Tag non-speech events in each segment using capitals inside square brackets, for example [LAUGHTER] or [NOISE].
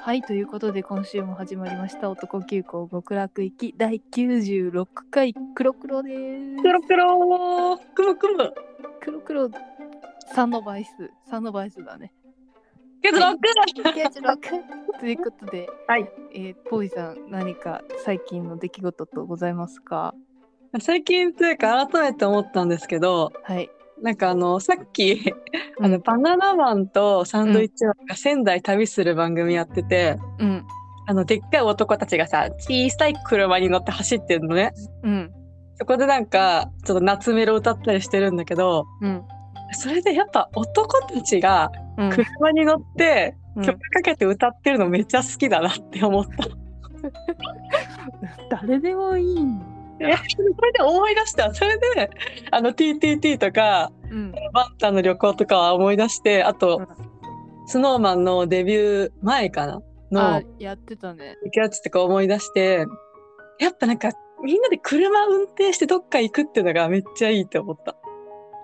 はい、ということで今週も始まりました男急行極楽行き第96回黒黒です。黒黒くむくむ黒黒3の倍数、3の倍数だね。けどはロいッということで、はいえーポイさん何か最近の出来事とございますかク最近というか改めて思ったんですけどはい。なんかあのさっきうんあのバナナマンとサンドイッチマンが仙台旅する番組やってて、うん。あのでっかい男たちがさ小さい車に乗って走ってるのねうん。そこでなんかちょっと夏メロ歌ったりしてるんだけどうん。それでやっぱ男たちがうん車に乗ってうん曲かけて歌ってるのめっちゃ好きだなって思った。誰でもいいんえそれで思い出したそれであの TTT とかうん。バンタの旅行とかは思い出してあと、うんスノーマンのデビュー前かなあの、やってたね。やつとか思い出してやっぱなんかみんなで車運転してどっか行くっていうのがめっちゃいいって思った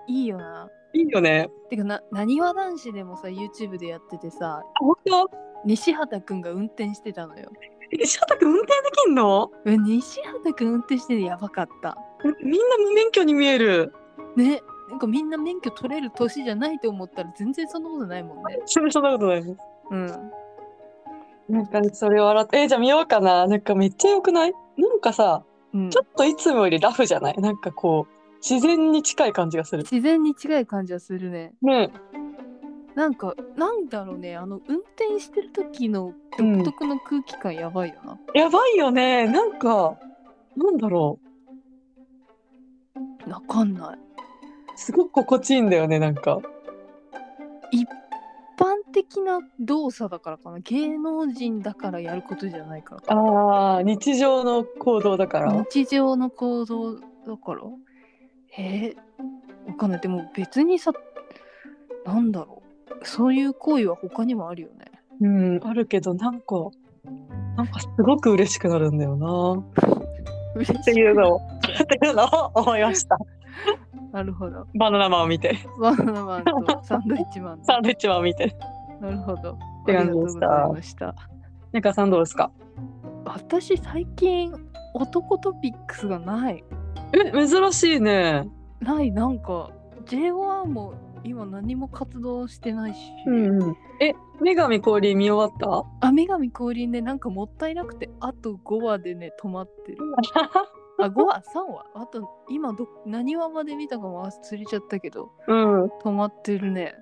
いいよな。いいよねてかな、なにわ男子でもさ、YouTube でやっててさ、あ本当西畑くんが運転してたのよ。え翔太君運転できんのえ西畑くん運転しててやばかった。みんな無免許に見えるね。なんかみんな免許取れる年じゃないと思ったら全然そんなことないもんね。そんなことないですうん。なんかそれを笑ってえじゃあ見ようかななんかめっちゃ良くないなんかさうん、ちょっといつもよりラフじゃないなんかこう、自然に近い感じがする。自然に近い感じはするね。ねなんか、なんだろうね。あの、運転してる時の独特の空気感やばいよな。やばいよね。なんか、なんだろう。わかんない。すごく心地いいんだよね、なんか。一般的な動作だからかな芸能人だからやることじゃないからかああ、日常の行動だから。日常の行動だからえー、わかんないでも別にさなんだろうそういう行為は他にもあるよねうん、あるけど、なんか、なんかすごく嬉しくなるんだよな。嬉しっていうのを、っていうのを思いました。 [LAUGHS] なるほどバナナマンを見て、 [LAUGHS] バナナマンとサンドイッチマンサンドイッチマンを見て。なるほどてありがと感じでしたうございましたねかさんどうですか私最近男トピックスがないえ、珍しいね。ないなんか JO1 も今何も活動してないし、うんうん。え、女神降臨見終わっあ女神降臨でなんかもったいなくてあと5話でね止まってるたあ5話3話あと今ど何話まで見たかも忘れちゃったけどうん。止まってるね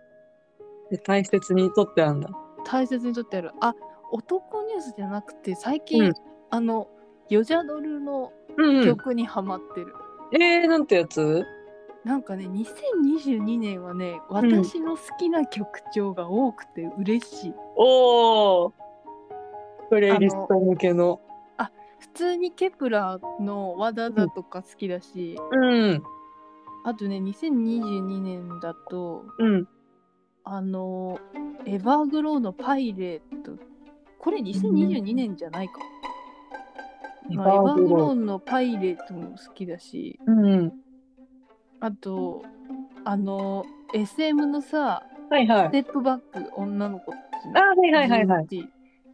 で大切にとってあんだ。大切にとってあるあ男ニュースじゃなくて最近、うんあのヨジャドルのうんうん、曲にハマってる、えー、なんてやつなんかね2022年はねん私の好きな曲調が多くて嬉しい、おおプレイリスト向けの。普通にケプラーの「わだだ」とか好きだし、うん。あとね2022年だとうん。あのエバーグローのパイレートこれ2022年じゃないか、まあエバーグローのパイレートも好きだしうん。あとあの SM のさはいはスい。テップバック女の子たちあのはいはいはいはい。 GT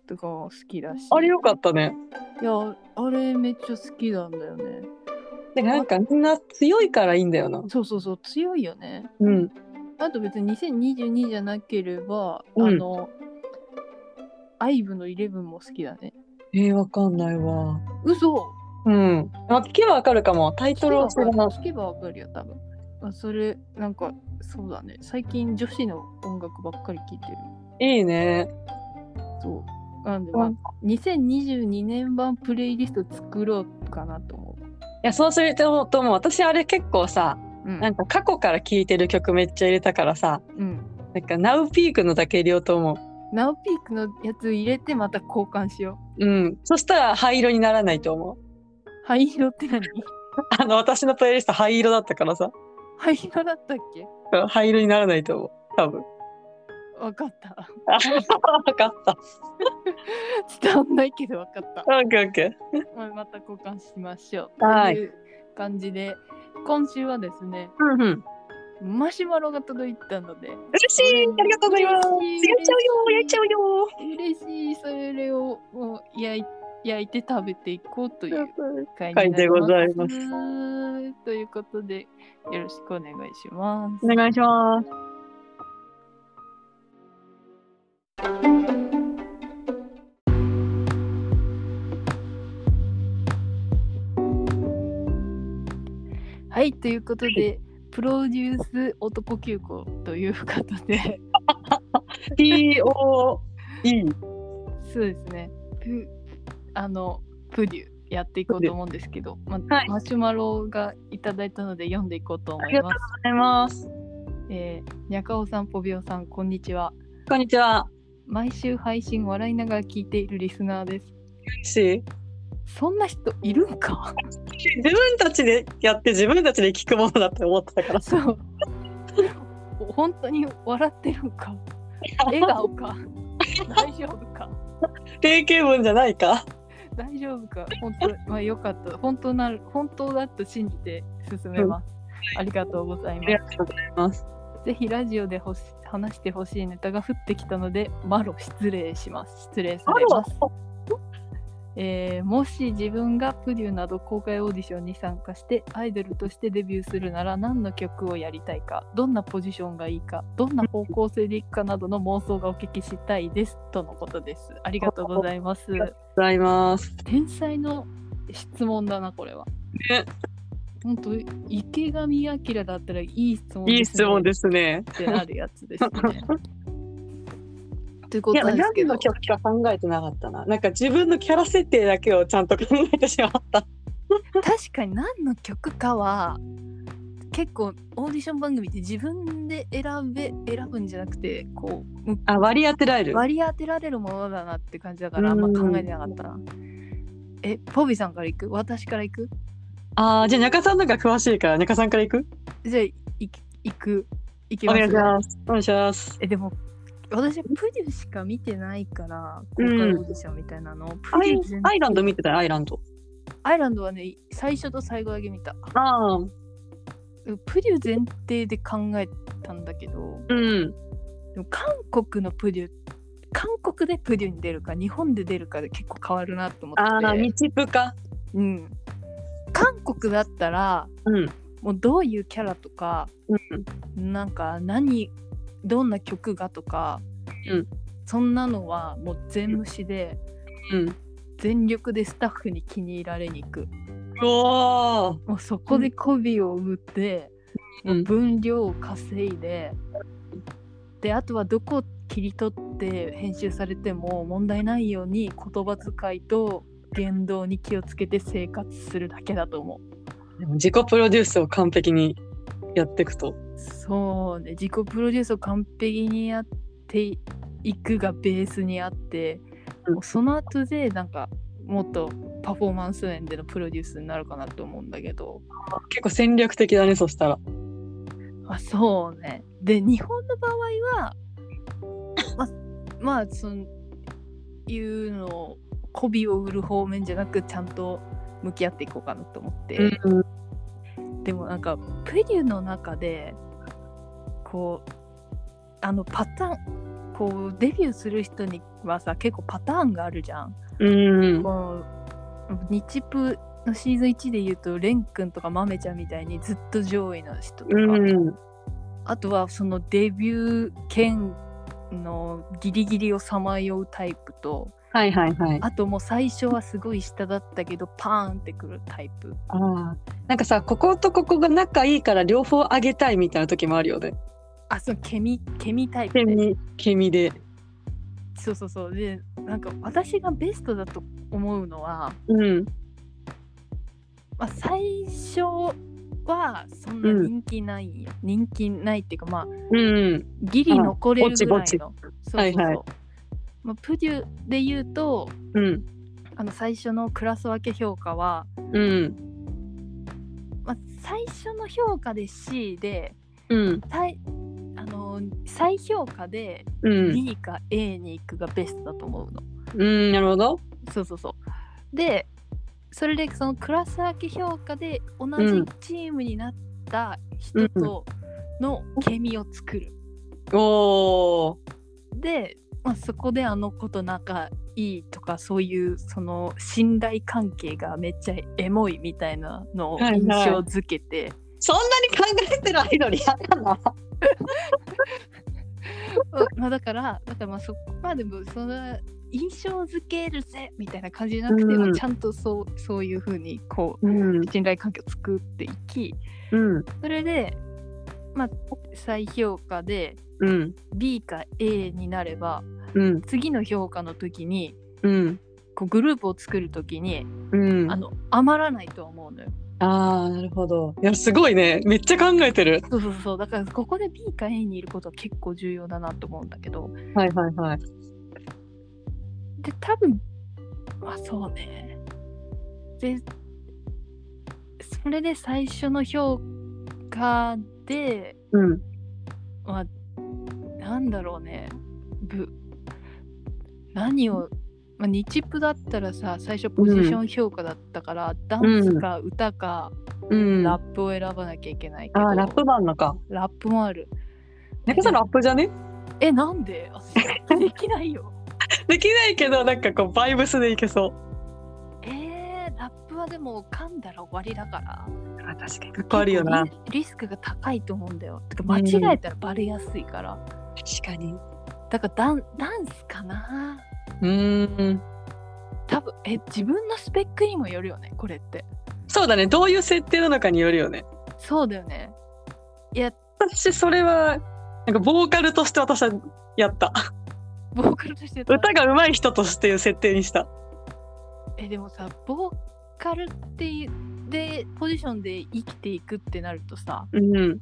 とかも好きだしあれよかったね。いやあれめっちゃ好きなんだよねでなんかみんな強いからいいんだよな。そうそうそう強いよねうん。あと別に2022じゃなければ、うんあのアイブのイレブンも好きだねえー、わかんないわ。嘘うん。あ、聞けばわかるかも。タイトルを知らない。聞けばわかるよ、多分。あそれ、なんか、そうだね。最近女子の音楽ばっかり聴いてる。いいね。そう。なんで、まあうん、 2022年版プレイリスト作ろうかなと思う。いや、そうすると、とも私あれ結構さ、うん。なんか過去から聴いてる曲めっちゃ入れたからさ、うん。なんかナウピークのだけ入れようと思う。ナウピークのやつ入れて、また交換しようん。そしたら灰色にならないと思う。う。灰色って何あの、私のプレイリスト灰色だったからさ。灰色だったっけうん灰色にならないと思う。多 [LAUGHS] 分。わかった。あわかった。伝わんないけどわかった。オッケーオッケまあまた交換しましょう。はいという感じで、今週はですね、ー。うんうん。マシュマロが届いたので嬉しいありがとうございます嬉しい焼いちゃうよ焼いちゃうよ嬉しいそれをもう焼い焼いて食べていこうという会会になでりごますざいますということでよろしくお願いします。お願いしますはいということはでプロデュース男急行ということで POE そうですねプあのプデュやっていこうと思うんですけど、まはいマシュマロがいただいたので読んでいこうと思いありがます。ございますえー、にゃかおさんぽびおさんこんにちは。こんにちは毎週配信笑いながら聞いているリスナーです。嬉しいそんな人いるんか自分たちでやって自分たちで聞くものだって思ってたからそう。本当に笑ってるんか笑顔か大丈夫か定型文じゃないか大丈夫か本当まあよかった本当なる本当だと信じて進めます、ありがとうございあますとうございますぜひラジオでほし話してほしいネタが降ってきたのでマロ失礼します失礼されますえーもし自分がプデューなど公開オーディションに参加してアイドルとしてデビューするなら何の曲をやりたいかどんなポジションがいいかどんな方向性でいくかなどの妄想がお聞きしたいですとのことですありがとうございますりがとございます [LAUGHS] 天才の質問だなこれはね本当池上彰だったらいい質問いい質問でですねすねってなるやつです [LAUGHS] ねというこいとなやんですけ何どの曲か考えてなかったななんか自分のキャラ設定だけをちゃんと考えてしまった [LAUGHS] 確かに何の曲かは結構オーディション番組って自分で選べ選ぶんじゃなくてこうむあ割り当てられる割り当てられるものだなって感じだからあんま考えてなかったなえポビさんからいく私からいくあーじゃあ中さんの方が詳しいから中さんから行くじゃあいいくいきおます願いしますお願いしますえでも私プデュしか見てないから公開うんオーディションみたいなの、プアデイュ全アイランド見てたアイランドアイランドはね最初と最後だけ見たああうんプデュ前提で考えたんだけどうんでも韓国のプデュ韓国でプデュに出るか日本で出るかで結構変わるなと思あっあてて、日プかうん、韓国だったらうんもうどういうキャラとかうんなんか何どんな曲がとか、うんそんなのはもう全無視で、うん全力でスタッフに気に入られに行くうわーもうそこで媚びを売って、うん分量を稼いでであとはどこを切り取って編集されても問題ないように言葉遣いと言動に気をつけて生活するだけだと思うでも自己プロデュースを完璧にやっていくとそうね自己プロデュースを完璧にやっていくがベースにあって、うんもうその後でなんかもっとパフォーマンス面でのプロデュースになるかなと思うんだけど、結構戦略的だねそしたらあそうね。で日本の場合 [LAUGHS] はままあそのいうのを媚びを売る方面じゃなくちゃんと向き合っていこうかなと思って、うんでもなんかプリュの中でこうあのパターンこうデビューする人にはさ結構パターンがあるじゃん。うんこの日プのシーズン1で言うとレン君とかマメちゃんみたいにずっと上位の人とか。うんあとはそのデビュー権のギリギリをさまようタイプとはいはいはいあともう最初はすごい下だったけどパーンってくるタイプああなんかさこことここが仲いいから両方あげたいみたいな時もあるよね。あそのケミケミタイプケねミケミで。そうそうそうでなんか私がベストだと思うのは、うんまあ、最初はそんな人気ないんよ、人気ないっていうかまあうんギリ残れるぐらいのあぼちそうそはういそう、はいまあ、プデュで言うとうんあの最初のクラス分け評価はうんまあ、最初の評価で C でうん最あの再評価でうん D か A に行くがベストだと思うの。うんなるほど。そうそうそうでそれでそのクラス分け評価で同じチームになった人とのケミを作るおーで、まあ、そこであの子と仲いいとかそういうその信頼関係がめっちゃエモいみたいなのをはいはい印象づけて、そんなに考えてないのにやだな。うんまあだからだからまあそこまでもその印象づけるぜみたいな感じじゃなくて、うんまあちゃんとそうそういうふうにこうんう信頼関係を作っていきうんそれで、まあ、再評価でうん B か A になればうん次の評価の時にうんこうグループを作る時に、うんあの余らないとは思うのよ。あーなるほどいやすごいねめっちゃ考えてるそうそうそうだからここで B か A にいることは結構重要だなと思うんだけどはいはいはいで多分まあそうねでそれで最初の評価でうんまあなんだろうねぶ何を、まあ、日プだったらさ最初ポジション評価だったから、ダンスか歌かうんラップを選ばなきゃいけないけあど、ーラップ版のかラップもある猫さんラップじゃねえなんであできないよできないけどなんかこうバイブスでいけそう [LAUGHS] えー、ラップはでも噛んだら終わりだからあ確かにかっこあるよな結構リリスクが高いと思うんだよてか間違えたらバレやすいから、確かにだからダンダンスかなうーん多分え自分のスペックにもよるよねこれってそうだねどういう設定なのかによるよねそうだよねいや私それはなんかボーカルとして私はやったボーカルとして歌が上手い人としていう設定にしたえでもさボーカルっていうでポジションで生きていくってなるとさ、うん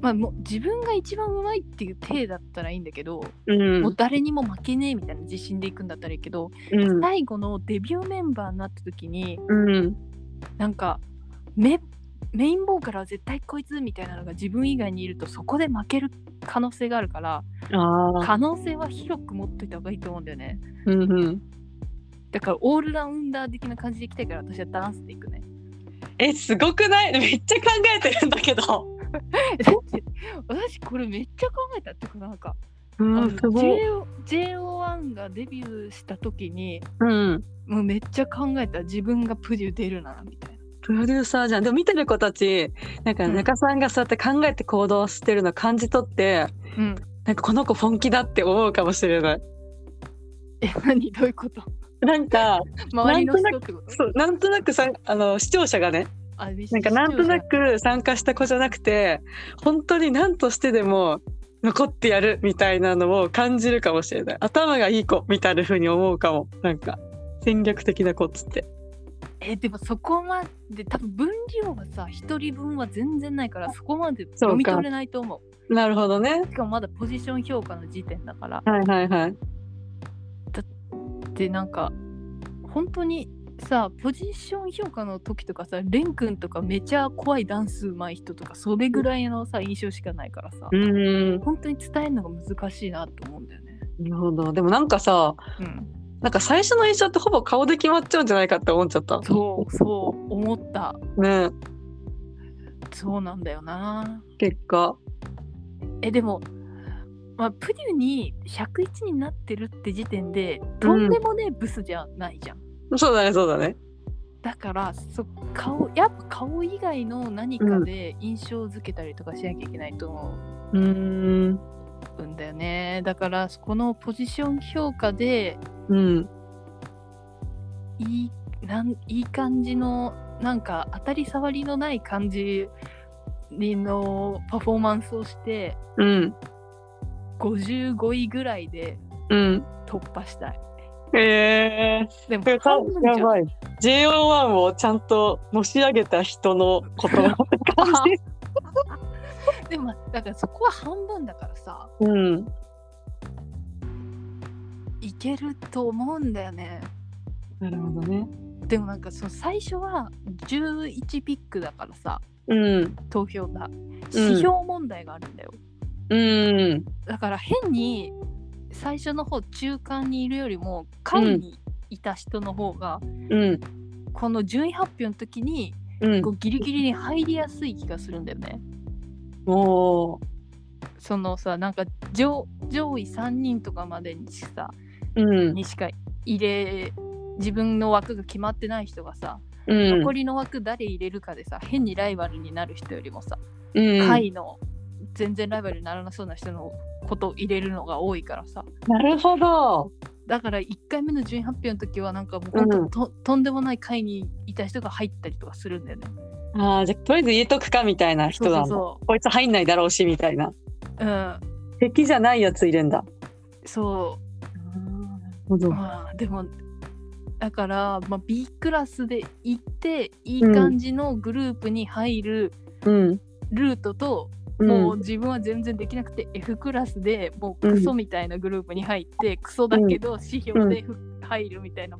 まあ、もう自分が一番上手いっていう体だったらいいんだけど、うんもう誰にも負けねえみたいな自信でいくんだったらいいけど、うん最後のデビューメンバーになった時にうんなんかメメインボーカルは絶対こいつみたいなのが自分以外にいるとそこで負ける可能性があるからああ可能性は広く持っといた方がいいと思うんだよねうんうんだからオールラウンダー的な感じでいきたいから私はダンスでい [LAUGHS] くねえすごくないめっちゃ考えてるんだけどだって私これめっちゃ考えたっていうかなんか、うあの J- JO1 がデビューした時にうんもうめっちゃ考えた自分がプデュー出るならみたいなプロデューサーじゃんでも見てる子たちなんかうん中さんがそうやって考えて行動してるの感じ取って、うんなんかこの子本気だって思うかもしれないえ何どういうことなんか周りのな人ってことそうなんとなくさんあの視聴者がねあなんかなんとなく参加した子じゃなくて本当に何としてでも残ってやるみたいなのを感じるかもしれない頭がいい子みたいな風に思うかもなんか戦略的な子っつってえでもそこまで多分分量がさ一人分は全然ないからそこまでそうか読み取れないと思うなるほどねしかもまだポジション評価の時点だからはいはいはいでなんか本当にさポジション評価の時とかさレン君とかめちゃ怖いダンス上手い人とかそれぐらいのさ印象しかないからさうん本当に伝えるのが難しいなと思うんだよねなるほどでもなんかさうんなんか最初の印象ってほぼ顔で決まっちゃうんじゃないかって思っちゃったそうそう思ったねそうなんだよな結果えでも、まあ、プデュに101になってるって時点でとんでもねえブスじゃないじゃん、そうだねそうだねだからそ顔やっぱ顔以外の何かで印象付けたりとかしなきゃいけないと思うんうんだよねだからそこのポジション評価でうんいいなんいい感じのなんか当たり障りのない感じのパフォーマンスをしてうん55位ぐらいでうん突破したいえー、でもや半分じゃんばい JO1 をちゃんとのし上げた人の言葉って感じ、でもだからそこは半分だからさ [LAUGHS] うん、いけると思うんだよねなるほどねでもなんかその最初は11ピックだからさうん投票が指標問題があるんだよ、うんだから変に最初の方中間にいるよりも下位にいた人の方が、うんこの順位発表の時にうんこうギリギリに入りやすい気がするんだよねもそのさなんか上上位3人とかまでにさう、うん、にしか入れ自分の枠が決まってない人がさ、うん、残りの枠誰入れるかでさ変にライバルになる人よりもさ、うん、下位の全然ライバルにならなそうな人のことを入れるのが多いからさなるほど。だから1回目の順位発表の時はなんかもう本うん当と,、とんでもない会にいた人が入ったりとかするんだよね。ああ、じゃあ、とりあえず入れとくかみたいな人そうなそのうそこいつ入んないだろうしみたいな。う。うん。敵じゃないやつ入れんだ。そなるほどう。まあでもだから、まあ、B クラスで行っていい感じのグループに入るうん。ルートと、もう自分は全然できなくて F クラスでもうクソみたいなグループに入って、クソだけど指標で入るみたいな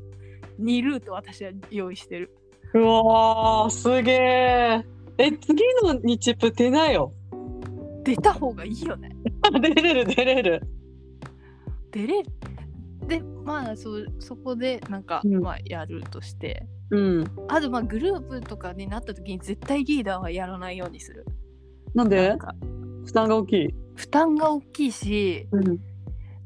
2ルート私は用意してる。うわー、すげえ。え、次のにチップ出なよ。出た方がいいよね。出れる出れる。出れるでまあそうそこでなんか、うんまあ、やるとしてうん。あとまあグループとかになった時に絶対リーダーはやらないようにするなんなでんか負担が大きい。負担が大きいしうん。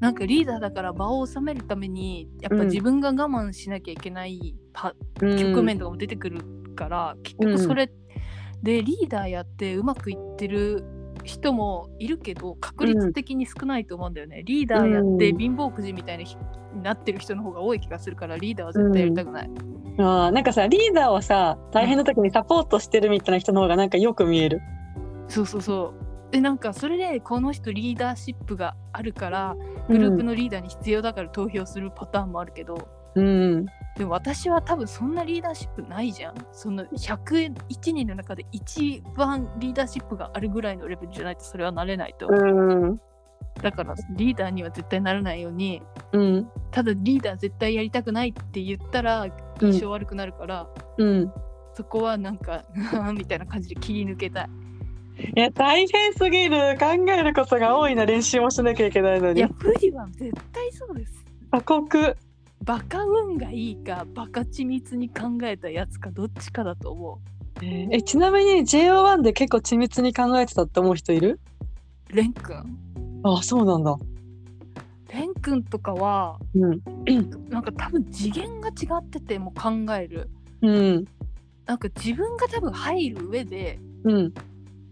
なんかリーダーだから場を収めるためにやっうぱん自分が我慢しなきゃいけないパ、局面とかも出てくるから、結うん局それでリーダーやってうまくいってる人もいるけど確率的に少ないと思うんだよね、リーダーやってうん貧乏くじみたいな人になってる人の方が多い気がするからリーダーは絶対やりたくない、ああ、なんかさ、リーダーはさ、大変な時にサポートしてるみたいな人の方がなんかよく見える。そうそうそうでなんかそれでこの人リーダーシップがあるからグループのリーダーに必要だから投票するパターンもあるけど、うん。うん。でも私は多分そんなリーダーシップないじゃんその101人の中で一番リーダーシップがあるぐらいのレベルじゃないとそれはなれないと、うん。だからリーダーには絶対ならないようにうん。ただリーダー絶対やりたくないって言ったら印象悪くなるから、うん。そこはなんか [LAUGHS] みたいな感じで切り抜けたいいや、大変すぎる。考えることが多いな。練習もしなきゃいけないのいにや。プリは絶対そうです過酷。バカ運がいいかバカ緻密に考えたやつかどっちかだと思え、ちなみに JO1 で結構緻密に考えてたって思う人いるうレン君ああ、そうなんだ。レン君とかはうん。なんか多分次元が違っててもう考えるうん。なんか自分が多分入る上でうん。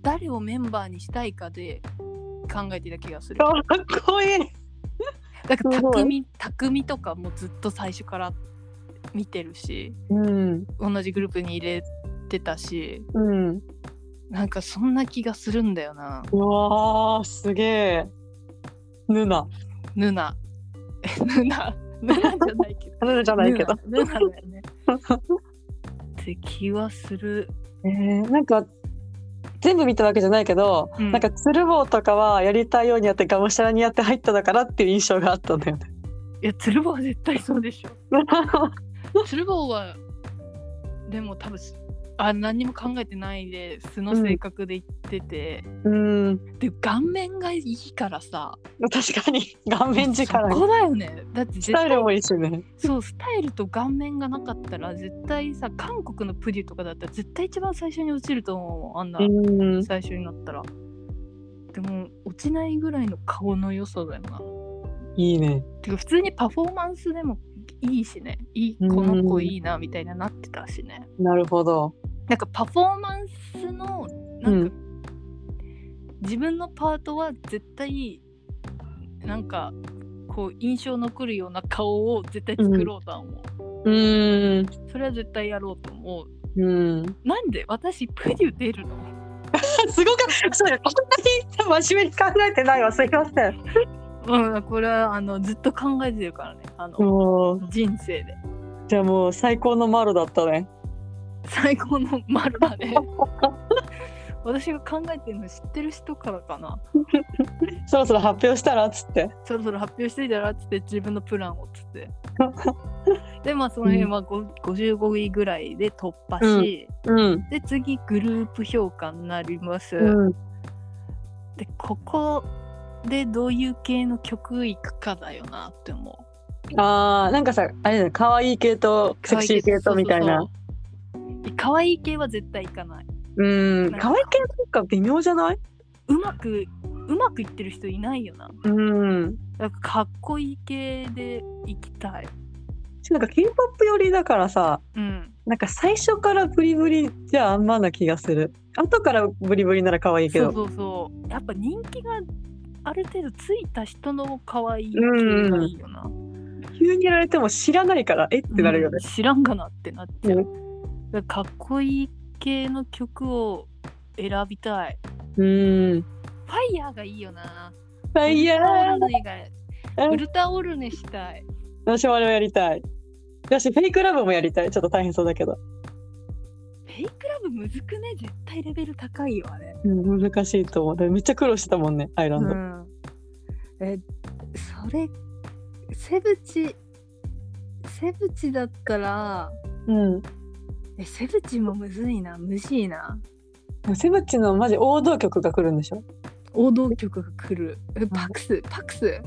誰をメンバーにしたいかで考えてた気がするかっこいい。だからすご匠い匠とかもずっと最初から見てるしうん。同じグループに入れてたしうん。なんかそんな気がするんだよなうわー、すげえ。ヌナ。ヌナ [LAUGHS] ヌナヌナじゃないけどヌ [LAUGHS] ナじゃないけど。ヌナヌナだ [LAUGHS] よねって気はする、えー、なんか、全部見たわけじゃないけど、うんなんか、鶴房とかはやりたいようにやって、がむしゃらにやって入っただからっていう印象があったんだよ [LAUGHS] ね。いや鶴房は絶対そうでしょ [LAUGHS] 鶴房はでも多分しあ何にも考えてないで素の性格で言ってて、うん。で顔面がいいからさ確かに、顔面力そが。こだよねだってス絶タイ対ルもいいしね。そうスタイルと顔面がなかったら絶対さ韓国のプリュとかだったら絶対一番最初に落ちると思うもんあんなうん。最初になったら、でも落ちないぐらいの顔の良さだよないいね。てか普通にパフォーマンスでもいいしねいいこうんの子いいなみたいななってたしね、なるほど。なんかパフォーマンスのなうか、んん自分のパートは絶対なんかこう印象残るような顔を絶対作ろうとは思う、うん。それは絶対やろうと思ううん。なんで私プデュ出るのすごく、そうだ、こんなに真面目に考えてないわ、すいません。うんこれはあのずっと考えてるからねあの、もう、人生でじゃあもう最高のマロだったね。最高の丸だね私が考えてるの知ってる人からかなそろそろ発表したらっつって。そろそろ発表していたらっつって自分のプランをっつってでまあその辺はご55位ぐらいで突破し、うん。で次グループ評価になります、うん。でここでどういう系の曲いくかだよなって思うあー、なんかさ、あれだね、可愛い系とセクシー系とみたいな。そうそうそうで可愛い系は絶対いかないうなんんか可愛い系なんか微妙じゃないうまくうまくいってる人いないよなうん。なんかかっこいい系で行きたいしなんか K-POP 寄りだからさ、うんなんか最初からブリブリじゃあんまな気がする。後からブリブリなら可愛いけそど。うそうそうやっぱ人気がある程度ついた人の可愛い系うんがいいよな、急にやられても知らないから、えってなるようねん。知らんがなってなっちゃうう、だからかっこいい系の曲を選びたいうん。ファイヤーがいいよなファイヤウルタオールネがウルタオルネしたい私もあれをやりたい。だし、フェイクラブもやりたい。ちょっと大変そうだけど。フェイクラブむずくね絶対レベル高いよあれうん、難しいと思う。でもめっちゃ苦労してたもんね、アイランド。ん、えそれセブチセブチだったらうん。えセブチもむずいなむしいなセブチのマジ王道曲が来るんでしょ王道曲が来るえパクスパクス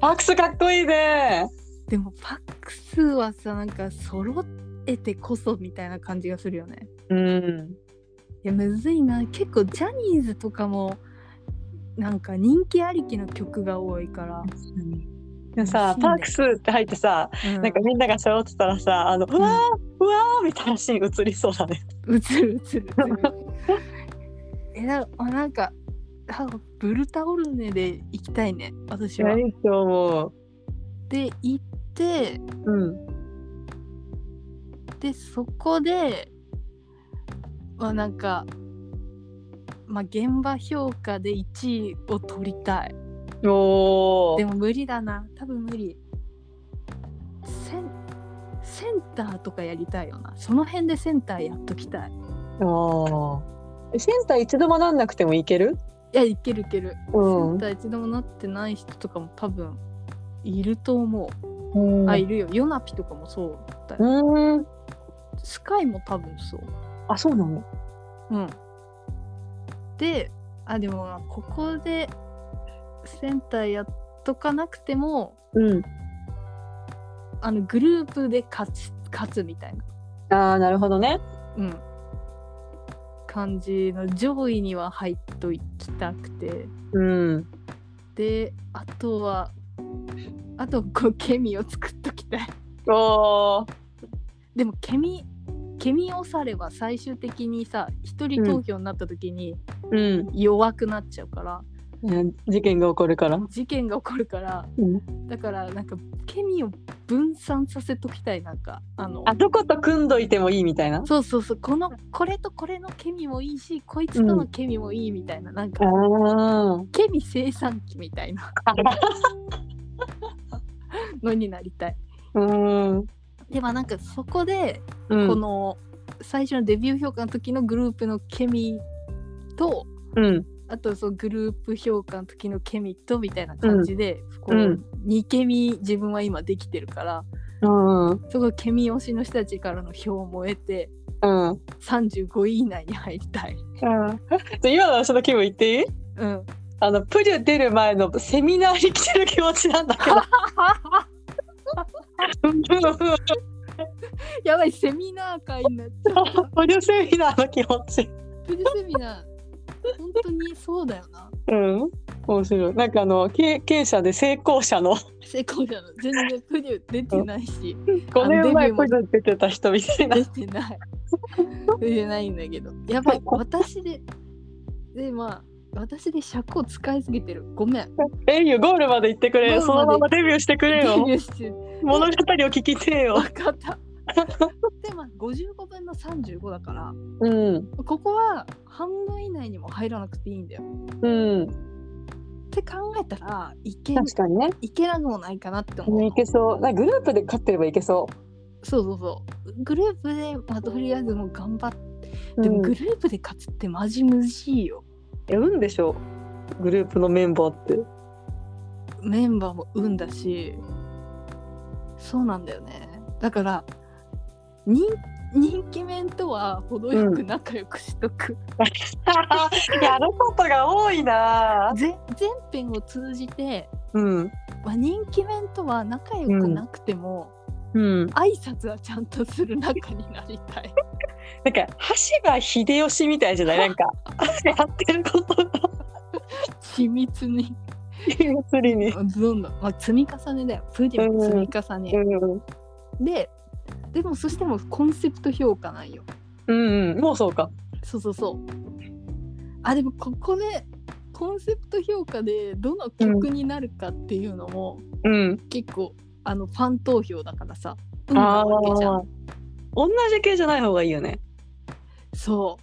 パクスかっこいいねでもパクスはさなんか揃えてこそみたいな感じがするよねうん。いやむずいな結構ジャニーズとかもなんか人気ありきの曲が多いから、でも欲さ、しいねパークスって入ってさ、うんなんかみんなが揃ってたらさ、あの、うわー、うわーみたいなシーン映りそうだね。うつるう [LAUGHS] つるうつるえなあなんかあブルタオルネで行きたいね私は。いと思う。で行ってうん。でそこでまあなんか、まあ、現場評価で1位を取りたいおでー。も無理だな多分無理センセンターとかやりたいよなその辺でセンターやっときたいあーセンター一度もなんなくてもいけるいやいけるいけるセうンター一度もなってない人とかも多分いると思う。ん。あ、はいい。るよ。ヨナピとかもそうだよ。うん。スカイも多分そう。あ、そうなのうん。で、あ、でもまあここでセンターやっとかなくても、うん。あのグループで勝つ、勝つみたいな、ああ、なるほどね。うん。感じの上位には入っときたくて。うん。で、あとは、あとこうケミを作っときたい。 [LAUGHS] おー。でもケミケミオサレは最終的にさ一人投票になった時にうん。弱くなっちゃうから、ね事件が起こるから。事件が起こるからうん、だからなんかケミを分散させときたいなんかあのあ、どこと組んどいてもいいみたいな。そうそうそうこのこれとこれのケミもいいしこいつとのケミもいいみたいな、なんあかあ。ケミ生産機みたいなのになりたい。うん。でもなんかそこでうんこの最初のデビュー評価の時のグループのケミとうん。あとそのグループ評価の時のケミとみたいな感じで、こううん2ケミ自分は今できてるからうん。うん。そこケミ推しの人たちからの票も得てうん。 35位以内に入りたい。じゃあ今の私の気分言っていいうん、あの、プリュ出る前のセミナーに来てる気持ちなんだけど。やばいセミナー会になっちゃった。プリュセミナーの気持ち。プリセミナー本当にそうだよな。うん。面白い。なんかあの、経経営者で成功者の成功者の全然プリュ出てないし5年前デビュープもリュ出てた人みたいな。出て [LAUGHS] ない [LAUGHS] 出てないんだけどやばい私ででまあ私で尺を使いすぎてるごめんえゆゴールまで行ってくれよ。ゴそーのルまままでデビューしてくれデよ。ビューして物語を聞きてえよ。分かったでまあ55分の35だからうん。ここは半分以内にも入らなくていいんだようん。って考えたらいけ確かにね。いけなくもないかなって思ういけそう。なんかグループで勝ってればいけそそうそうそうグループで、まあ、とりあえずもう頑張って、う。でもグルループで勝つってマジむずいよえ運でしょ。グループのメンバー [LAUGHS] って。メンバーも運だしそうなんだよねだから人人気面とは程よく仲良くしとく、やることが多いな。全全編を通じて、うん。まあ、人気面とは仲良くなくても、うん。挨拶はちゃんとする仲になりた [LAUGHS] いなんか、橋場秀吉みたいじゃないなんか、やってることが。緻密に釣りに。どんどん、まあ、積み重ねだよプディの積み重ね、うんででもそしてもコンセプト評価なんようんうん、もうそうか。そうそうそうあでもここでコンセプト評価でどの曲になるかっていうのも、うん。結構あのファン投票だからさ運あなあわけじゃんー。同じ系じゃない方がいいよね。そ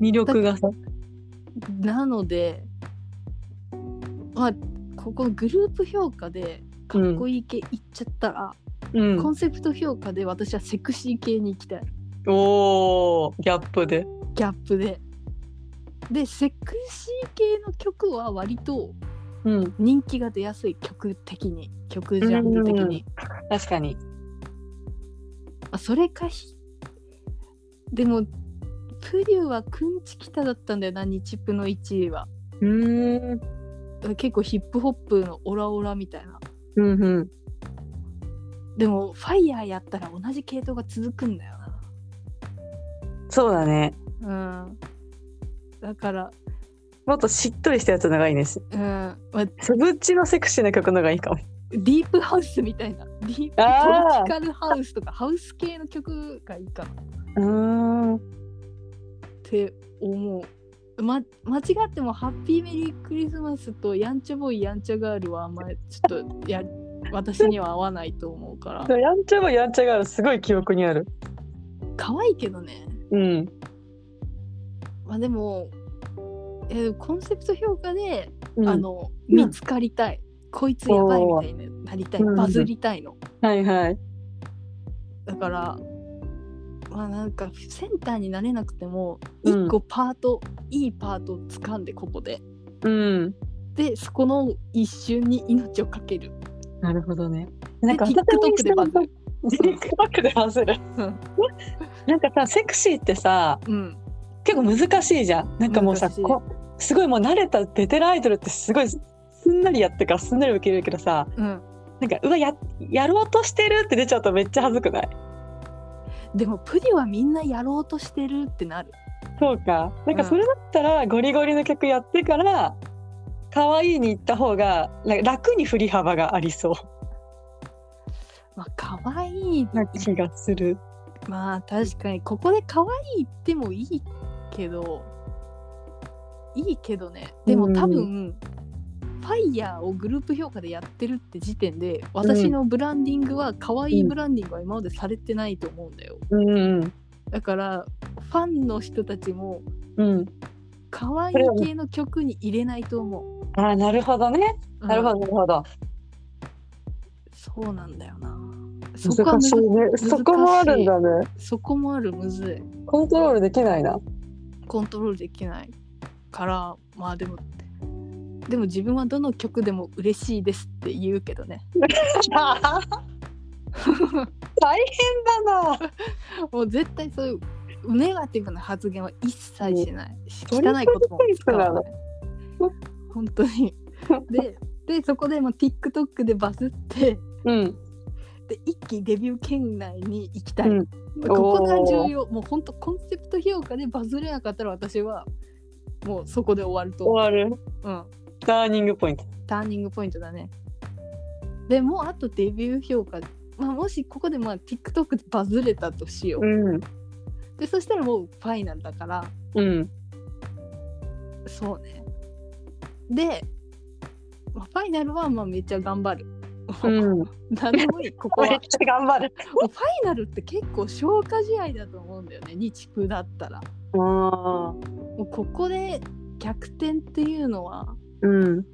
魅力がさ。うなのでまあここのグループ評価でかっこいい系いっちゃったら、うんコ。ンセプト評価で私はセクシー系に行きたいおお、ギャップで。ギャップで。でセクシー系の曲は割とうん。人気が出やすい曲的に曲ジャンル的うんうんうに、確かに。まあ、それかひでもプリューはくんちきただったんだよな日プの1位はうーん。結構ヒップホップのオラオラみたいなうんうん。でもファイヤーやったら同じ系統が続くんだよそうだね。なうんだからもっとしっとりしたやつのがいいです。うん、まあ、デセブチのセクシーな曲のがいいかも。ィープハウスみたいなディープトあーロピカルハウスとかハウス系の曲がいいかなっうーん。て思う、ま、間違っても「ハッピーメリークリスマス」と「やんちゃボーイやんちゃガール」はあんまりちょっとや [LAUGHS] 私には合わないと思うからやんちゃもやんちゃがある。すごい記憶にある。可愛いけどねうん。まあでも、えーコンセプト評価でうんあ。のうん見つかりたい、こいつやばいみたいになりたい、うんバズりたいのはいはい。だからまあなんかセンターになれなくてもうん一個パート、いいパートを掴んでここでうん。でそこの一瞬に命をかけるなるほどね。なんか TikTok でバズる。 TikTok でバ [LAUGHS] ズるうん。なんかさ、セクシーってさ、うん結構難しいじゃん。なんかもうさ、難しいこすごいもう慣れたベテランアイドルってすごいすんなりやってからすんなり受け入れるけどさ、うんなんかうわややろうとしてるって出ちゃうとめっちゃ恥ずくない。でもプリはみんなやろうとしてるってなるそうか。なんかうんそれだったらゴリゴリの曲やってから。可愛いに行った方がなんか楽に振り幅がありそうまあ可愛いな気がする。まあ確かにここで可愛いってもいいけどいいけどねでも多分、ファイヤーをグループ評価でやってるって時点で私のブランディングは可愛いブランディングは今までされてないと思うんだようんだからファンの人たちもうん。可愛い系の曲に入れないと思あーなるほどね。う、なるほどどなるほど。そうなんだよなそこは難むしずいね。しいそこもあるんだね。そこもあるむずいコントロールできない [LAUGHS] な。コントロールできないからまあでもでも自分はどの曲でも嬉しいですって言うけどね大変だな。もう絶対そういうネガティブな発言は一切しない、う汚い言葉も使わないそれ本当にででそこでもう TikTok でバズってうん。で一気にデビュー圏内に行きたい、うんここが重要もう本当コンセプト評価でバズれなかったら私はもうそこで終わると思終わる。う、うん、ターニングポイント。ターニングポイントだね。でもうあとデビュー評価、まあ、もしここでまあ TikTok でバズれたとしよう、ん。でそしたらもうファイナルだからうん。そうねで、まあ、ファイナルはまあめっちゃ頑張る、うん。 [LAUGHS] 何でもいいここはめもっちゃ頑張る。うファイナルって結構消化試合だと思うんだよね日プだったらあもうここで逆転っていうのはあ。うん。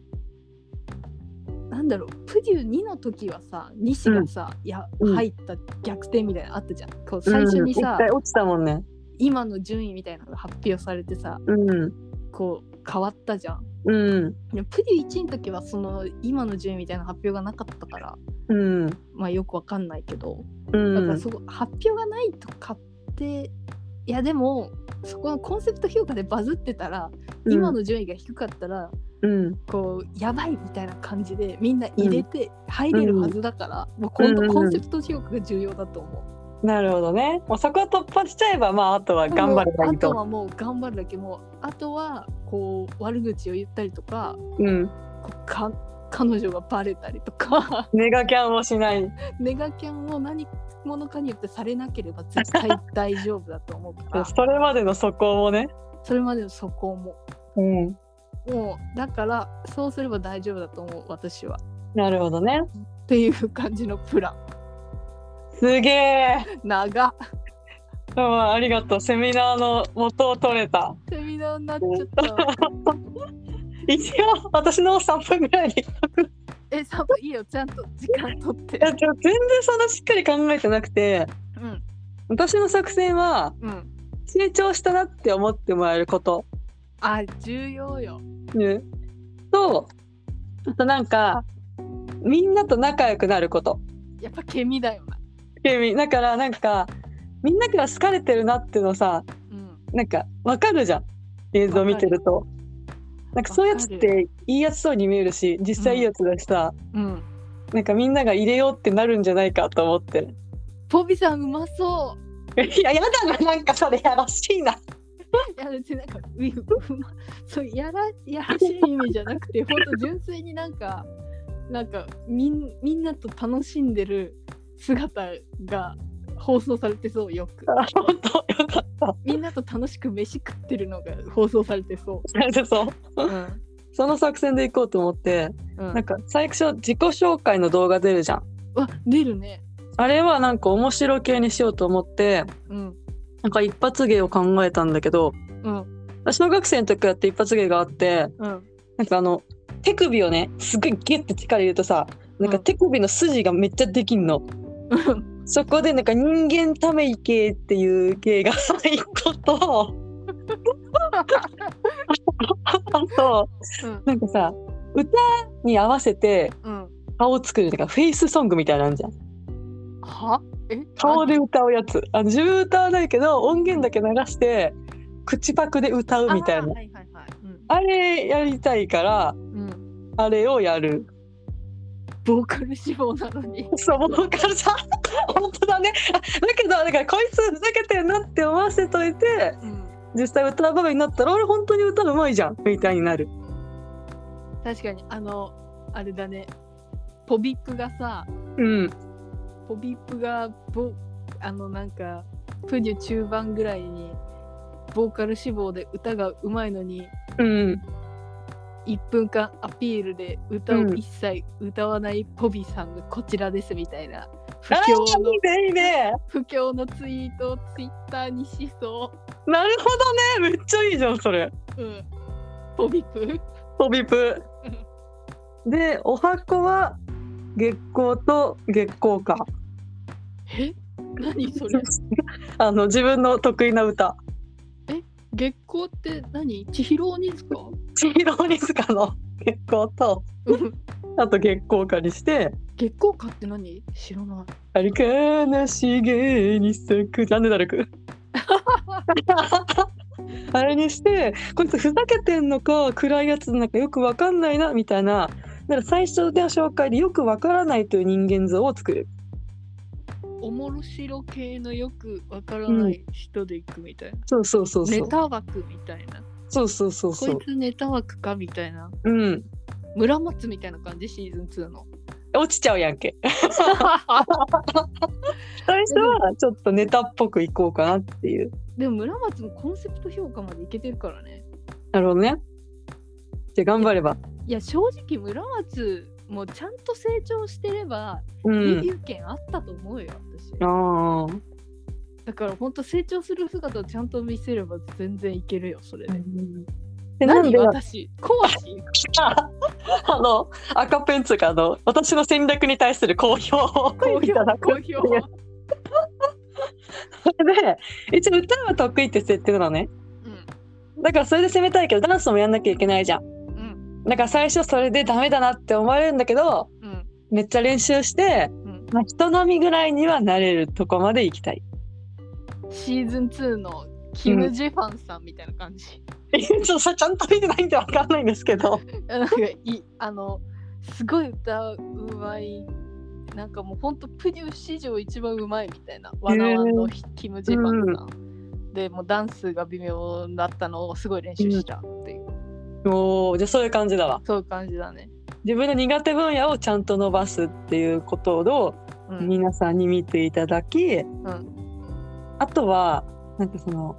なんだろうプデュー2の時はさ西がさ、いやうん入った逆転みたいなのあったじゃん、こう最初にうん一さ、回落ちたもんね。今の順位みたいなのが発表されてさうん。こう変わったじゃんうん。でもプデュ1の時はその今の順位みたいな発表がなかったからうん。まあよくわかんないけど、うだからん。そこ発表がないとかっていやでもそこのコンセプト評価でバズってたら、今。の順位が低かったらうん。こうやばいみたいな感じでみんな入れて入れるはずだから、もう今度コンセプト評価が重要だと思う、なるほどね。もうそこを突破しちゃえば、まあ、あとは頑張ればいあいとと。はもう頑張るだけもうあとはこう悪口を言ったりとかうん。こうか彼女がバレたりとか [LAUGHS] ネガキャンをしない。ネガキャンを何者かによってされなければ絶対大丈夫だと思うからそれまでの素行もね。それまでのそこもうん。もうだからそうすれば大丈夫だと思う私はなるほどね。っていう感じのプランすげえ。長っうんありがとう。セミナーの元を取れた。セミナーになっちゃったわ一応、私の3分ぐらいに。いえサブいいよちゃんと時間取ってや、ちょ全然そんなしっかり考えてなくて、うん私の作戦は、うん成長したなって思ってもらえること。あ重要よねと、あとなんか、みんなと仲良くなること。やっぱケミだよなケミだからなんかみんなから好かれてるなっていうのさうんなんかわかるじゃん映像見てるとなんかそういうやつっていいやつそうに見えるし実際いいやつだしさ、うんなんかみんなが入れようってなるんじゃないかと思ってるポビさんうまそういややだななんかそれやらしいないや別になんかういうまそうやらやらしい意味じゃなくて本当純粋になんかなんかみんみんなと楽しんでる姿が放送されてそうよく本当よ [LAUGHS] かっみんなと楽しく飯食ってるのが放送されてそたそうう、うんその作戦でいこうと思ってうん、なんか最初自己紹介の動画出るじゃんわ出るねあれはなんか面白系にしようと思ってうんなんか一発芸を考えたんだけどうん小学生の時からやって一発芸があってうんなんかあの手首をねすっごいギュッて力入れるとさなんかうん手首の筋がめっちゃできんの、うんそこでなんか人間ため池っていう芸が [LAUGHS] 最個とあとなんかさ歌に合わせてうん顔を作るなんかフェイスソングみたいなのあんじゃんはえ顔で歌うやつあの自分歌わないけど音源だけ流して口パクで歌うみたいあーなはいはいはいうんあれやりたいからうんあれをやるボーカル志望なのにそう、ボーカルさん、 [LAUGHS] 本当だね。あだけど、だから、こいつふざけてんなって思わせといて、うん実際歌う場面になったら、俺本当に歌うまいじゃん、みたいになる。確かにあのあれだねポビップがさうん。ポビップがボあのなんかプデュ中盤ぐらいにボーカル志望で歌がうまいのにうん。 1分間アピールで歌を一切歌わないポビさんがこちらですみたいな不ああ、況のいいね、いいね。不況のツイートをツイッターにしそなるほどね。めっちゃいいじゃん、それ。う、うん、ポビプポビプ。で、お箱は、月光と月光か。 [LAUGHS] え何それあの、自分の得意な歌。月光って何千尋お兄ですか千尋鬼塚の月光と、うんあと月光かにして、月光花って何知らない歩かなしげに咲くなんでだろ [LAUGHS] くあれにしてこいつふざけてんのか暗いやつなんかよくわかんないなみたいなだから最初の紹介でよくわからないという人間像を作るおもろしろ系のよくわからない人で行くみたいな、そうそうそうそネうタ枠みたいなそうそうそうそうこいつネタ枠かみたいなうん村松みたいな感じシーズン2の落ちちゃうや [LAUGHS] んけ最初はちょっとネタっぽくいこうかなっていうでも村松もコンセプト評価までいけてるからねなるほどねじゃあ頑張ればいや正直村松もちゃんと成長してればうレビんュー権あったと思うよ、私ああだから本当成長する姿をちゃんと見せれば全然いけるよそれで、でなん何で私講師 [LAUGHS] あの赤ペンツがあの私の戦略に対する好評を好評いただ好く評で一応歌は得意って設定なのねだからそれで攻めたいけどダンスもやんなきゃいけないじゃんうんうんだから最初それでダメだなって思われるんだけどうんめっちゃ練習して、んまあ、人並みぐらいにはなれるとこまで行きたいシーズン2のキム・ジェファンさんみたいな感じ。 [LAUGHS] ちょっとそれちゃんと見てないんでわかん [LAUGHS] ないんですけどなんかいあのすごい歌うまいなんかもうほんとプデュ史上一番うまいみたいなワナワンのキム・ジバンさん、でもうダンスが微妙だったのをすごい練習したっていう、おーじゃあそういう感じだわそういう感じだね、自分の苦手分野をちゃんと伸ばすっていうことをうん皆さんに見ていただき、うんあとはなんかその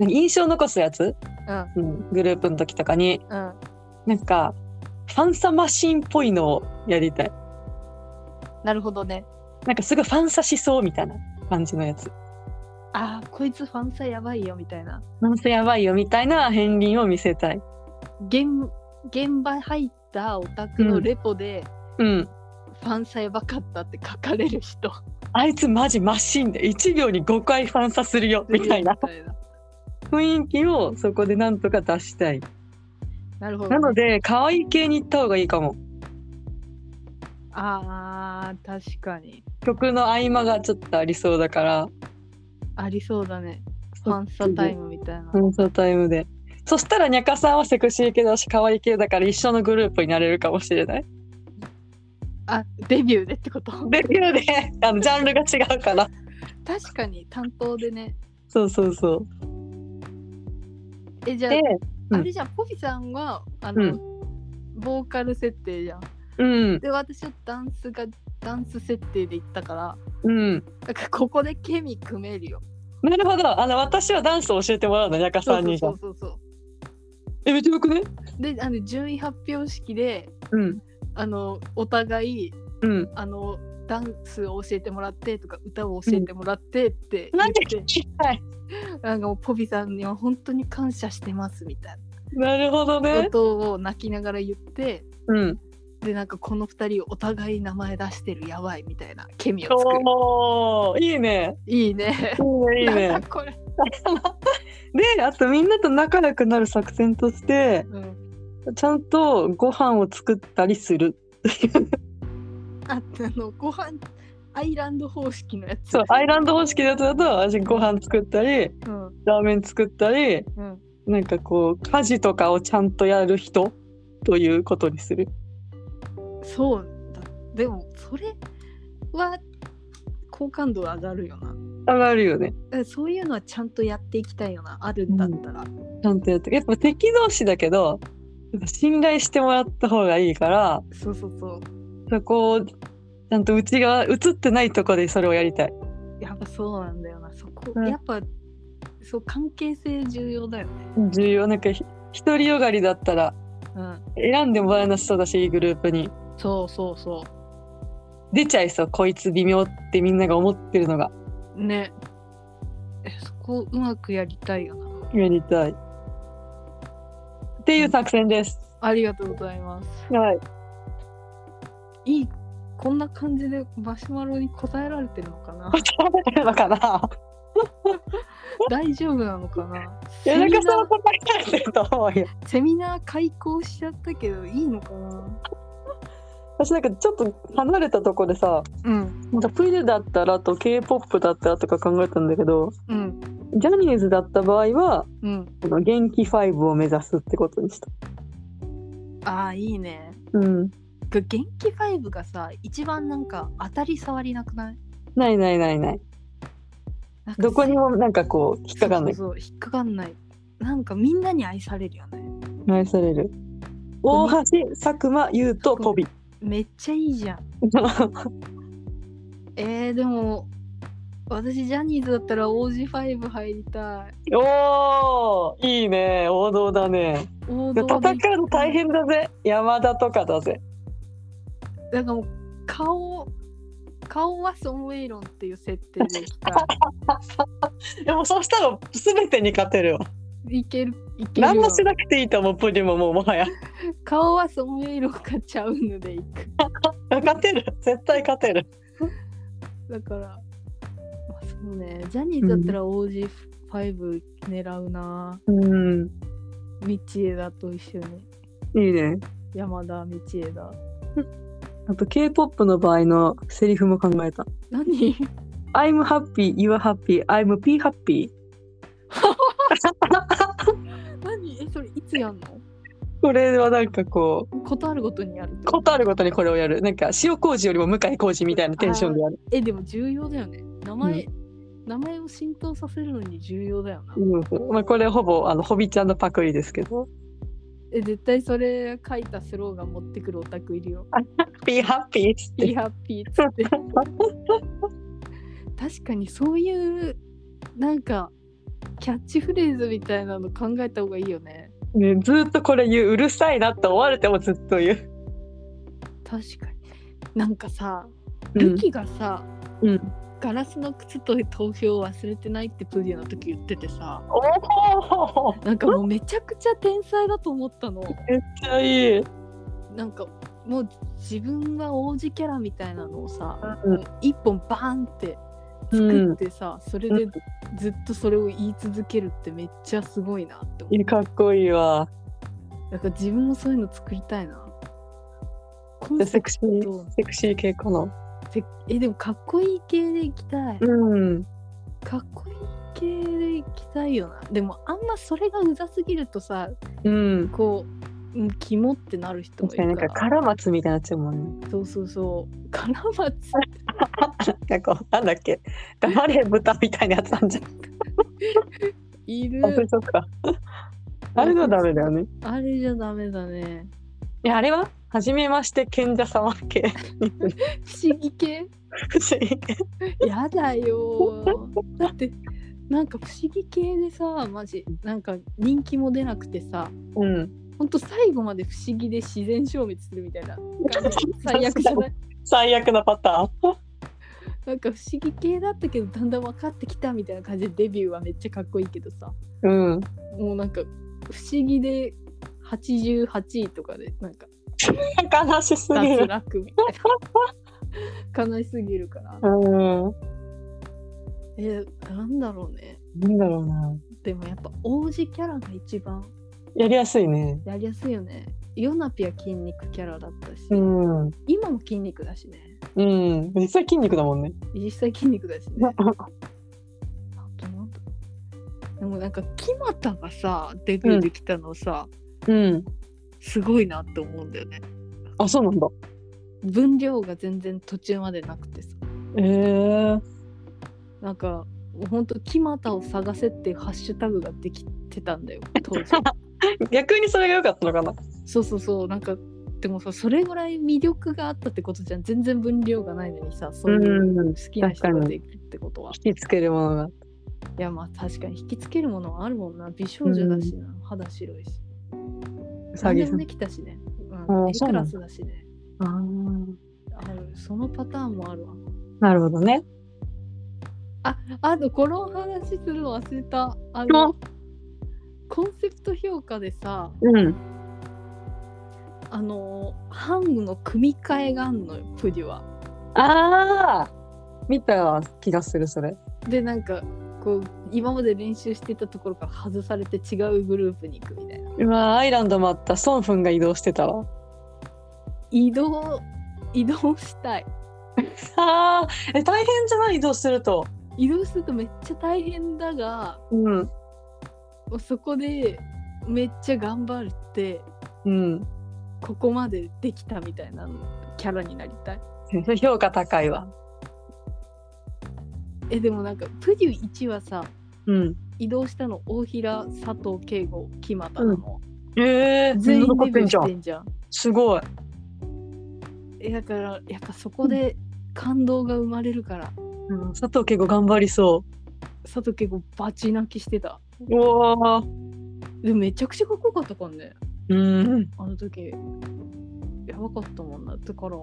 何印象残すやつ、うんグループの時とかにうんなんかファンサマシンっぽいのをやりたいなるほどねなんかすごいファンサしそうみたいな感じのやつあーこいつファンサやばいよみたいなファンサやばいよみたいな片鱗を見せたい現現場入ったお宅のレポで、うんファンサやばかったって書かれる人あいつマジマシンで1秒に5回ファンサするよ [LAUGHS] みたいなみたいな雰囲気をそこでなんとか出したいなるほどね、なので可愛い系に行った方がいいかもあー確かに曲の合間がちょっとありそうだからありそうだねファンサタイムみたいな、ファンサタイムでそしたらにゃかさんはセクシー系だし可愛い系だから一緒のグループになれるかもしれないあデビューでってことデビューであのジャンルが違うから確かに担当でねそうそうそうえじゃあで、うんあれじゃんポピさんはあの、うんボーカル設定じゃんうんで私はダンスがダンス設定で行ったからうんなんかここでケミ組めるよなるほどあの私はダンスを教えてもらうのにゃかそうさんそうにそがうそうそえめっちゃよくねうであの順位発表式でうんあのお互いうんあのダンスを教えてもらってとか歌を教えてもらってって言なんっでて、はいなんかもうポビさんには本当に感謝してますみたいなるほどなこねとを泣きながら言ってうんでなんかこの2人お互い名前出してるやばいみたいなケミを作るおおいいねいいねいいねいいなねんかこれ、であとみんなと仲良くなる作戦としてうん、ちゃんとご飯を作ったりするああのご飯アイランド方式のやつそうアイランド方式のやつだと私ご飯作ったりうんラーメン作ったりうんなんかこう家事とかをちゃんとやる人ということにするそうだでもそれは好感度上がるよな上がるよねえそういうのはちゃんとやっていきたいよなあるんだったら、ちゃんとやってやっぱ敵同士だけどやっぱ信頼してもらった方がいいからそうそうそうそこをちゃんと内側映ってないとこでそれをやりたいやっぱそうなんだよなそこ、うんやっぱそう関係性重要だよね重要なんかひ独りよがりだったらうん選んでもらえなそうだしいいグループにそうそうそ出ちゃいそうこいつ微妙ってみんなが思ってるのがうねえそこうまくやりたいよなやりたいっていう作戦です、ありがとうございますはいいいこんな感じでマシュマロに答えられてるのか [LAUGHS] な食べてるのかな大丈夫なのかなセ谷ミナ中さんはー答えられてると思うよセミナー開講しちゃったけどいいのかな私なんかちょっと離れたとこでさうんなんかプリだったらあと k p o p だったらとか考えたんだけどうんジャニーズだった場合はうんこの元気5を目指すってことにしたああいいねうんこれ元気5がさ一番なんか当たり障りなくないないないないないなんかどこにもなんかこう引っかかんないそうそうそう引っかかんないなんかみんなに愛されるよね愛されるこ大に橋佐久間優とポビめっちゃいいじゃんえー、でも私ジャニーズだったら OG5 入りたい [LAUGHS] おーいいね王道だね王戦道うでの大変だぜ山田とかだぜなんかもう顔顔はソン・ウェイロンっていう設定でいき [LAUGHS] たでもそうしたら全てに勝てるわいいけるいける何よもしなくていいと思うプリももうもはや [LAUGHS] 顔はソン・ウェイロンかちゃうのでいく勝てる絶対勝てるだから、まあ、そうねジャニーズだったら OG5 狙うな、うん道枝と一緒にいいね山田道枝あと k p o p の場合のセリフも考えた [LAUGHS] 何「I'm happy you're happy I'm p happy 何えそれいつやんの」これはなんかこうことあるごとにやるとことあるごとにこれをやるなんか塩麹よりも向井麹みたいなテンションでやるえでも重要だよね名前、名前を浸透させるのに重要だよなうんまあ、これほぼあのホビちゃんのパクリですけどえ絶対それ書いたスローガン持ってくるオタクいるよ「Be happy」っつっピーてハッピーっつって [LAUGHS] 確かにそういうなんかキャッチフレーズみたいなの考えた方がいいよねね、ずーっとこれ言ううるさいなって思われてもずっと言う。確かになんかさルキがさ、うん、ガラスの靴と投票を忘れてないってプデュの時言っててさおおなんかもうめちゃくちゃ天才だと思ったのめっちゃいい。なんかもう自分は王子キャラみたいなのをさ、うんもう一本バーンって作ってさ、それでずっとそれを言い続けるってめっちゃすごいなって思いいかっこいいわ。うなんか自分もそういうの作りたいなコでンセセプクシートセクシー系かな。せえでもかっこいい系でいきたい、うん。かっこいい系でいきたいよなでもあんまそれがうざすぎるとさうん。こううん肝ってなる人もい確かにるなんかからカラマツみたいになっちゃうもんね。そうそうそう [LAUGHS] カラマツなんかなんだっけ黙れ豚みたいなやつなんじゃん。いるあ [LAUGHS] それそっか。あれのダメだよね。あれじゃダメだねいやあれは初めまして賢者様系。 [LAUGHS] 不思議系 [LAUGHS] 不思議系やだよーだってなんか不思議系でさマジなんか人気も出なくてさうん。ほんと最後まで不思議で自然消滅するみたいな感じ最悪じゃない最悪なパターン。なんか不思議系だったけどだんだん分かってきたみたいな感じでデビューはめっちゃかっこいいけどさうん。もうなんか不思議で88位とかでなんか悲しすぎ脱る。落みたいな悲しすぎるからうん。 [LAUGHS] えなんだろうねなんだろうな。でもやっぱ王子キャラが一番やりやすいね。やりやすいよねヨナピは筋肉キャラだったし、うん。今も筋肉だしねうん。実際筋肉だもんね。実際筋肉だしねあとなんだでもなんか木俣がさデビューできたのさ、うん。すごいなって思うんだよねあ、そうなんだ。分量が全然途中までなくてさええなんかほんと木俣を探せっていうハッシュタグができてたんだよ当時逆にそれが良かったのかな。そうそうそうなんかでもさそれぐらい魅力があったってことじゃん全然分量がないのにさそういう好うきな人ができるってことは引きつけるものが。いやまあ確かに引きつけるものはあるもんな美少女だしな、肌白いし詐何欺でさもん。できたしね、あうん、ー A そうクなんだラスだしねあーあるそのパターンもあるわなるほどね。ああとこの話するの忘れたあのコンセプト評価でさうん。あのハングの組み替えがあんのよプリはああ。見た気がする、それ。でなんかこう今まで練習してたところから外されて違うグループに行くみたいなうわー、アイランドもあった。ソンフンが移動してたわ。移動移動したいああ。え、大変じゃない移動すると。移動するとめっちゃ大変だがうん。もうそこでめっちゃ頑張るってうん。ここまでできたみたいなキャラになりたい評価高いわ。えでもなんかプデュ1はさうん。移動したの大平佐藤圭吾木俣なの、ええー、全員残デってビューんじゃしんて。んじゃんすごい。えだからやっぱそこで感動が生まれるからうん、佐藤結構頑張りそ佐藤圭吾バチ泣きしてたう。うわでもめちゃくちゃかっこよかったからねうん。あの時やばかったもんなだから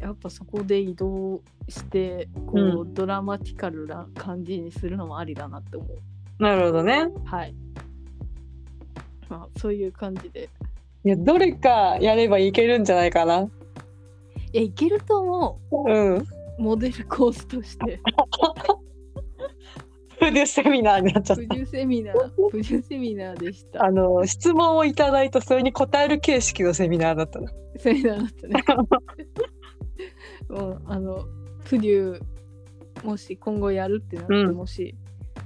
やっぱそこで移動してこう、うドラマティカルな感じにするのもありだなって思うなるほどね。はいまあそういう感じでいや、どれかやればいけるんじゃないかな。いやいけると思うん。うモデルコースとしてプロデュースセミナーになっちゃっ。プデューセミナープデューセミナーでしたあたの、質問をいただいた、それに答える形式のセミナーだったな。セミナーだったねもうあのプデューもし今後やるってなって、うんもし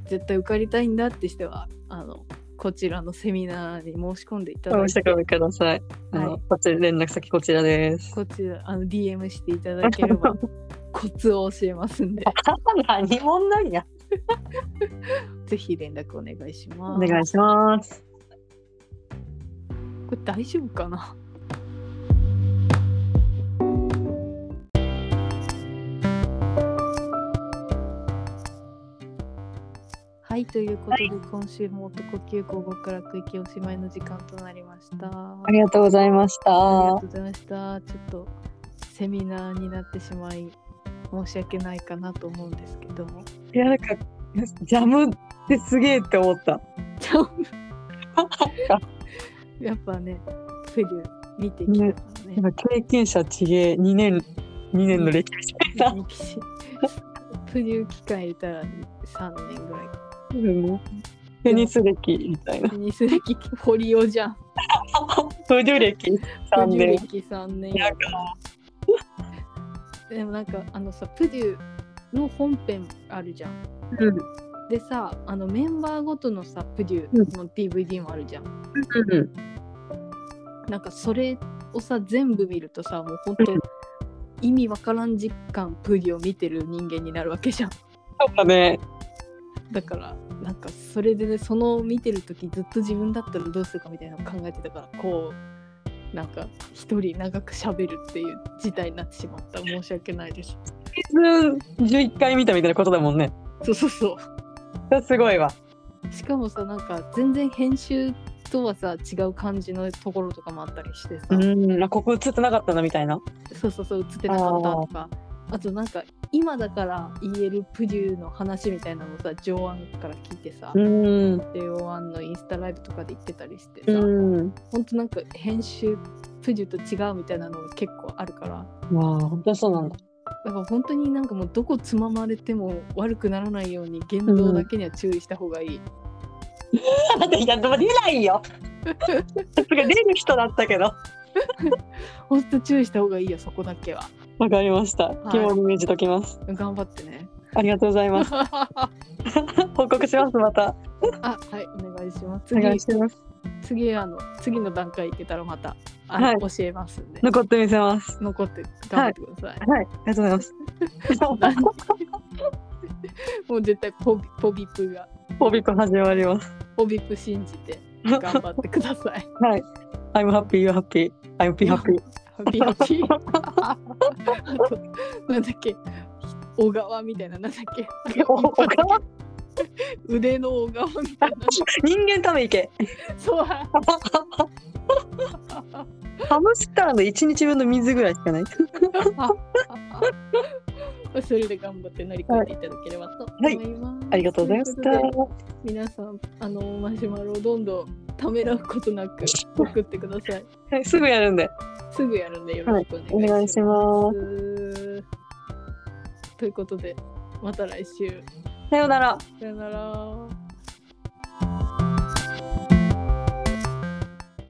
絶対受かりたいんだって人はあのこちらのセミナーに申し込んでいただ申いし込て、みください。あのはいこちら連絡先こち [LAUGHS] らです。こちら、あの、DM していただけれ [LAUGHS] ば、コツを教えますんで、何者なんや。ぜひ連絡お願いしまおす。願いします。これ大丈夫かなはい、ということで、今週も男急行極楽行きおしまいの時間となりました。あありがとうございましありがたと。うございました。ちょっとセミナーになってしまい申し訳ないかなと思うんですけども。 [LAUGHS] いやなんかジャムってすげえって思った。 [LAUGHS] やっぱね、プリュ見てきたからねや。っぱ経験者ちげえ2年2年の歴史だっ歴史プリュ機械入れたら3年ぐらいか。たもう [LAUGHS] テニス歴みたいな。テニス歴堀尾じゃん。 [LAUGHS] プリュ歴3プリ年ュ。歴3年。なんかでもなんかあのさ、プリュの本編あるじゃん。うんでさ、あのメンバーごとのさ、プリュの DVD もあるじゃん。うんなんかそれをさ全部見るとさもうほんとうん意味わからん実感プリを見てる人間になるわけじゃんそうだね。だからなんかそれでねその見てる時ずっと自分だったらどうするかみたいなのを考えてたからこうなんか一人長く喋るっていう事態になってしまった申し訳ないですシーズン11回見たみたいなことだもんね。 [LAUGHS] そうそうそそれすごいわ。うしかもさなんか全然編集とはさ違う感じのところとかもあったりしてさ、うん、あここ映ってなかったなみたいな。そうそうそう映ってなかったとかあとなんか今だから言えるプデューの話みたいなのをさ上腕から聞いてさうん。上腕のインスタライブとかで言ってたりしてさ、うん。ほんとなんか編集プデューと違うみたいなのが結構あるからわあ、本当にそうなんだ。だから本当になんかもうどこつままれても悪くならないように言動だけには注意した方がいい、だっていや、でも出ないよ。すごい出る人だったけど。ほんと注意した方がいいよそこだけはわかりました。い希望に命じときます。頑張って [LAUGHS] ねありがとうござい [LAUGHS] ます。あ報告します。また。はいお願いしますお願いします。次あの次の段階行けたらまたあのはい教えますんで残ってみせます。残って頑張ってください、はい、ありがとうございます。 [LAUGHS] もう絶対ポビポビプがポビコ始まります。ポビプ信じて頑張ってくださいはい。I'm happy, you happy, I'm be happy. ハッピーハッピーあとなんだっけ小川みたいななんだっけ腕の小川みたい [LAUGHS] 人間ため池。なそうあハムスターの一日分の水ぐらいしかない。それで頑張って乗り越えていただければと思います、ありがとうございましということでた。皆さんあのマシュマロをどんどんためらうことなく送ってくださいはいすぐやるんで。すぐやるんでよろしくおお願願いいしします。ます。ということでまた来週さようなら。さよなら。